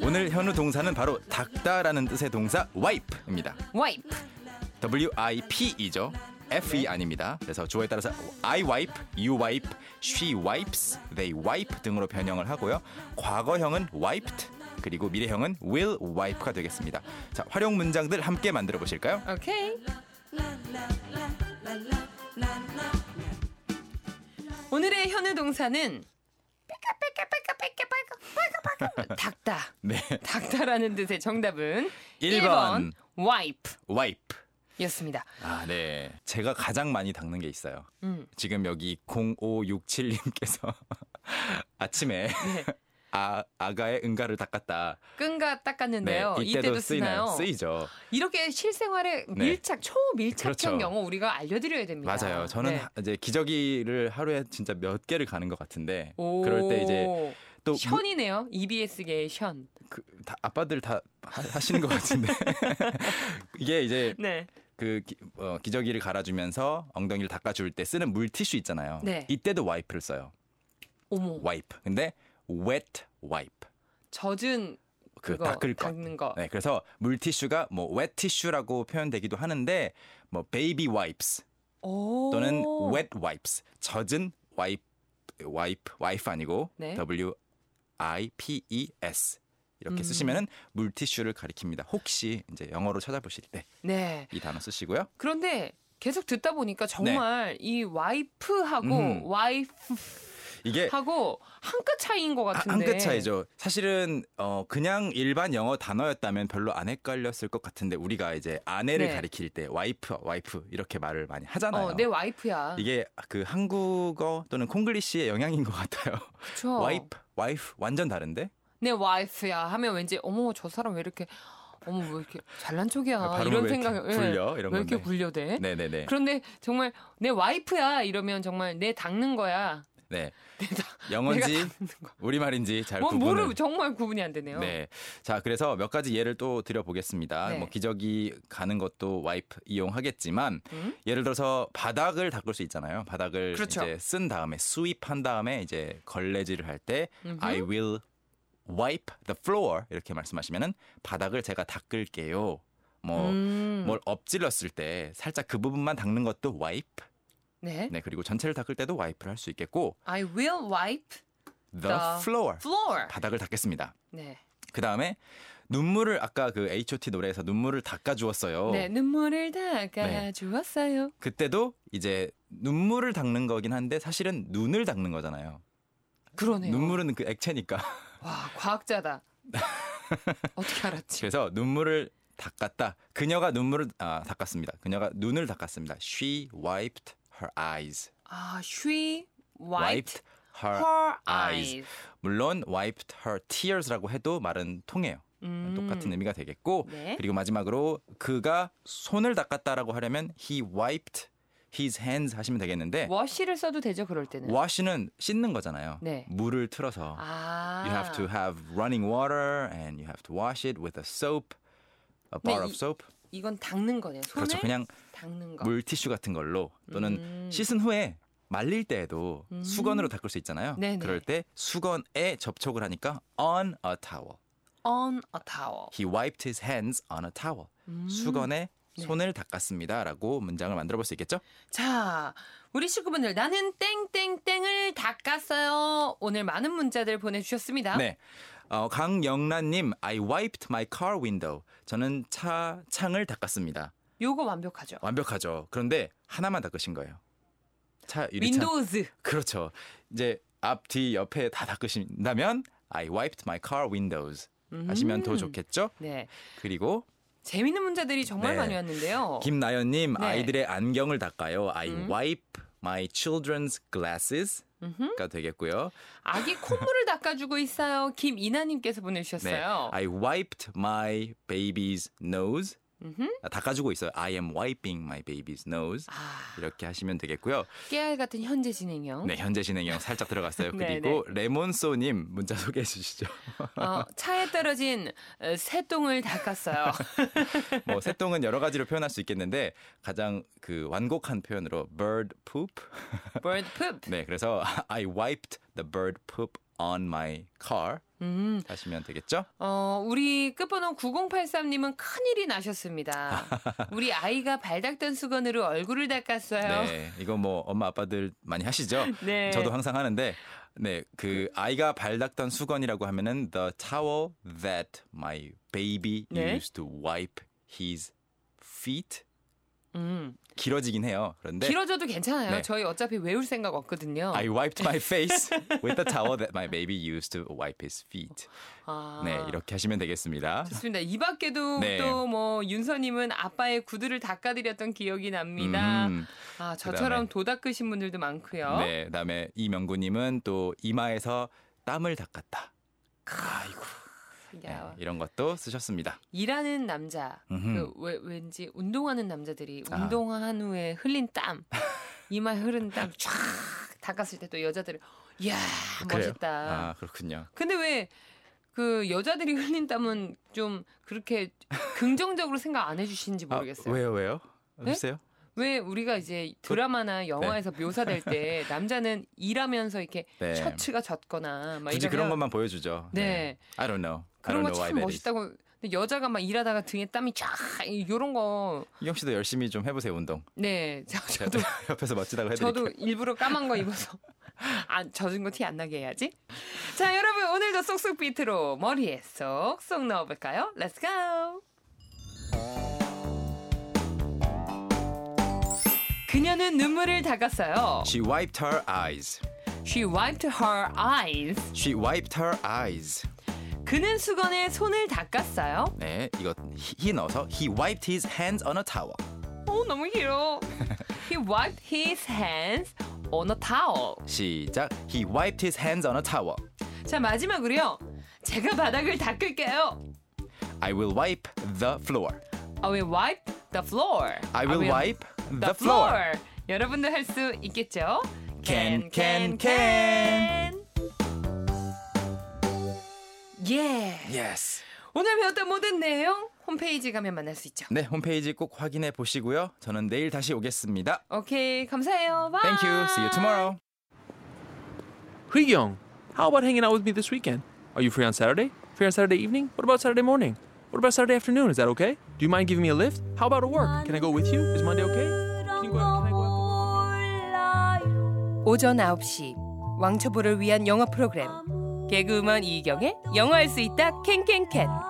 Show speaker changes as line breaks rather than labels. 오늘 현우 동사는 바로 닦다라는 뜻의 동사 wipe입니다.
와이프.
W I P E죠. F E 아닙니다. 그래서 주어에 따라서 I wipe, you wipe, she wipes, they wipe 등으로 변형을 하고요. 과거형은 wiped, 그리고 미래형은 will wipe가 되겠습니다. 자, 활용 문장들 함께 만들어 보실까요?
오케이. 오늘의 현우 동사는 닥다.
네.
닥다라는 뜻의 정답은
일
1번,
번.
와이프였습니다.
wipe. 아, 네. 제가 가장 많이 닦는 게 있어요.
음.
지금 여기 0567님께서 아침에 아, 아가의 응가를 닦았다.
끈가 닦았는데요. 이때도, 쓰나요?
네, 쓰이죠.
이렇게 실생활에
네.
밀착 초밀착형
그렇죠.
영어 우리가 알려드려야 됩니다.
맞아요. 저는
네.
하- 이제 기저귀를 하루에 진짜 몇 개를 가는 것 같은데 그럴 때 이제
오,
또 무-
션이네요. E EBS계의 션.
그, 다, 아빠들 다 하, 하시는 것 같은데 이게 이제
네.
그 기, 어, 기저귀를 갈아주면서 엉덩이를 닦아줄 때 쓰는 물티슈 있잖아요.
네.
이때도 와이프를 써요.
어머.
와이프. 근데 wet wipe.
젖은
그
그거
닦을 것.
닦는 거.
네, 그래서 물티슈가 뭐 wet tissue라고 표현되기도 하는데 뭐 baby wipes
오.
또는 wet wipes 젖은 와이프 와이프 와이프 아니고
네.
W I P E S 이렇게
음.
쓰시면은 물티슈를 가리킵니다. 혹시 이제 영어로 찾아보실 때 이
네.
단어 쓰시고요.
그런데 계속 듣다 보니까 정말 이 와이프하고
네. 음.
와이프하고
이게
한 끗 차이인 것 같은데.
아, 한 끗 차이죠. 사실은 어 그냥 일반 영어 단어였다면 별로 안 헷갈렸을 것 같은데 우리가 이제 아내를
네.
가리킬 때 와이프 와이프 이렇게 말을 많이 하잖아요.
어, 내 와이프야.
이게 그 한국어 또는 콩글리시의 영향인 것 같아요.
그쵸?
와이프, 와이프 완전 다른데?
내 와이프야 하면 왠지 어머 저 사람 왜 이렇게 어머 왜 이렇게 잘난 척이야
아, 발음을
이런
왜 이렇게
생각
굴려?
예,
이런
왜 이렇게
건데.
굴려대?
네네네.
그런데 정말 내 와이프야 이러면 정말 내 닦는 거야.
네.
내 다,
영어인지
내가 닦는 거.
우리말인지 잘
뭐
구분을.
모르 정말 구분이 안 되네요.
네. 자, 그래서 몇 가지 예를 또 드려보겠습니다.
네.
뭐 기저귀 가는 것도 와이프 이용하겠지만
음?
예를 들어서 바닥을 닦을 수 있잖아요. 바닥을
그렇죠.
이제 쓴 다음에 수입한 다음에 이제 걸레질을 할 때
음흠.
I will wipe the floor 이렇게 말씀하시면은 바닥을 제가 닦을게요. 뭐
음,
뭘 엎질렀을 때 살짝 그 부분만 닦는 것도 와이프.
네.
네, 그리고 전체를 닦을 때도 와이프를 할 수 있겠고
I will wipe
the,
The
floor
floor.
아, 바닥을 닦겠습니다.
네.
그다음에 눈물을 아까 그 H.O.T 노래에서 눈물을 닦아 주었어요.
네, 눈물을 닦아
네.
주었어요.
그때도 이제 눈물을 닦는 거긴 한데 사실은 눈을 닦는 거잖아요.
그러네요.
눈물은 그 액체니까.
와, 과학자다. 어떻게 알았지?
그래서 눈물을 닦았다. 그녀가 눈물을 아, 닦았습니다. 그녀가 눈을 닦았습니다. She wiped her eyes.
아, she wiped
her
her
eyes.
eyes.
물론 wiped her tears라고 해도 말은 통해요.
음.
똑같은 의미가 되겠고
네.
그리고 마지막으로 그가 손을 닦았다라고 하려면 he wiped his hands 하시면 되겠는데
wash를 써도 되죠, 그럴 때는.
wash는 씻는 거잖아요.
네.
물을 틀어서
아.
you have to have running water and you have to wash it with a soap, a
네,
bar
이-
of soap.
이건 닦는 거네요. 손을
그렇죠. 그냥
닦는 거.
물 티슈 같은 걸로 또는
음.
씻은 후에 말릴 때에도
음.
수건으로 닦을 수 있잖아요.
네네.
그럴 때 수건에 접촉을 하니까 on a towel.
on a towel.
He wiped his hands on a towel.
음.
수건에
네.
손을 닦았습니다라고 문장을 만들어 볼 수 있겠죠?
자, 우리 식구분들 나는 땡땡땡을 닦았어요. 오늘 많은 문자들 보내 주셨습니다.
네. 어, 강영란 님, I wiped my car window. 저는 차 창을 닦았습니다.
요거
어,
완벽하죠.
완벽하죠. 그런데 하나만 닦으신 거예요. 차 유리창.
윈도우즈.
그렇죠. 이제 앞, 뒤, 옆에 다 닦으신다면 I wiped my car windows 하시면 더
음.
좋겠죠?
네.
그리고
재밌는 문자들이 정말
네.
많이 왔는데요.
김나연 님,
네.
아이들의 안경을 닦아요. I
음.
wipe my children's glasses가
음흠.
되겠고요.
아기 콧물을 닦아주고
네.
있어요. 김이나님께서 보내주셨어요.
I wiped my baby's nose.
음흠.
닦아주고 있어요. I am wiping my baby's nose.
아,
이렇게 하시면 되겠고요.
깨알 같은 현재 진행형.
네, 현재 진행형 살짝 들어갔어요.
네,
그리고 레몬소님 문자 소개해 주시죠.
어, 차에 떨어진 어, 새똥을 닦았어요.
뭐 새똥은 여러 가지로 표현할 수 있겠는데 가장 그 완곡한 표현으로 bird poop.
bird poop.
네, 그래서 I wiped the bird poop on my car
음,
하시면 되겠죠?
어, 우리 끝번호 9083님은 큰일이 나셨습니다. 우리 아이가 발 닦던 수건으로 얼굴을 닦았어요.
네, 이거 뭐 엄마 아빠들 많이 하시죠?
네.
저도 항상 하는데 네, 그 아이가 발 닦던 수건이라고 하면은 the towel that my baby
네.
used to wipe his feet
음,
길어지긴 해요. 그런데
길어져도 괜찮아요.
네.
저희 어차피 외울 생각 없거든요.
I wiped my face with the towel that my baby used to wipe his feet.
아,
네, 이렇게 하시면 되겠습니다.
좋습니다. 이 밖에도
네.
또 뭐 윤서님은 아빠의 구두를 닦아드렸던 기억이 납니다.
음,
아, 저처럼
그다음에-
도 닦으신 분들도 많고요.
네, 그다음에 이명구님은 또 이마에서 땀을 닦았다. 아이고, 네,
야,
이런 것도 쓰셨습니다.
일하는 남자,
음흠.
그 왜- 왠지 운동하는 남자들이
아.
운동한 후에 흘린 땀, 이마에 흐른 땀 쫙 닦았을 때 또 여자들이 이야
그래요?
멋있다.
아 그렇군요.
근데 왜 그 여자들이 흘린 땀은 좀 그렇게 긍정적으로 생각 안 해주시는지 모르겠어요.
아, 왜요, 그 왜요?
네?
글쎄요.
왜 우리가 이제 드라마나 영화에서 묘사될 때 남자는 일하면서 이렇게
네.
셔츠가 젖거나 막
굳이 그런
이러면
것만 보여주죠.
네.
I don't know.
그런
I don't know
거
why that
참
is.
멋있다고. 근데 여자가 막 일하다가 등에 땀이 쫙 이런 거.
이경 씨도 열심히 좀 해보세요 운동.
네, 저, 저도
옆에서 멋지다고 해드릴게요.
저도 일부러 까만 거 입어서 안 젖은 거 티 안 나게 해야지. 자, 여러분 오늘도 쏙쏙 비트로 머리에 쏙쏙 넣어볼까요? Let's go. 그녀는 눈물을 닦았어요.
She wiped her eyes.
She wiped her eyes.
She wiped her eyes.
그는 수건에 손을 닦았어요.
네, 이거 히, 히 넣어서 he wiped his hands on a towel.
오, 너무 길어. He wiped his hands on a towel.
시작. He wiped his hands on a towel.
자, 마지막으로요. 제가 바닥을 닦을게요.
I will wipe the floor.
I will wipe 아, the floor. 아,
I will wipe the floor.
여러분도 할 수 있겠죠?
Can, can, can.
예.
Yes.
오늘 배웠던 모든 내용 홈페이지 가면 만날 수 있죠.
네, 홈페이지 꼭 확인해 보시고요. 저는 내일 다시 오겠습니다.
오케이, 감사해요. Bye.
Thank you. See you tomorrow.
Young, how about hanging out with me this weekend? Are you free on Saturday? Free on Saturday evening? What about Saturday morning? What about Saturday afternoon? Is that okay? Do you mind giving me a lift? How about at work? Can I go with you? Is Monday okay? Can you go out, can I go out?
오전 9시 왕초보를 위한 영어 프로그램 개그우먼 이경의 영어할 수 있다 캔캔캔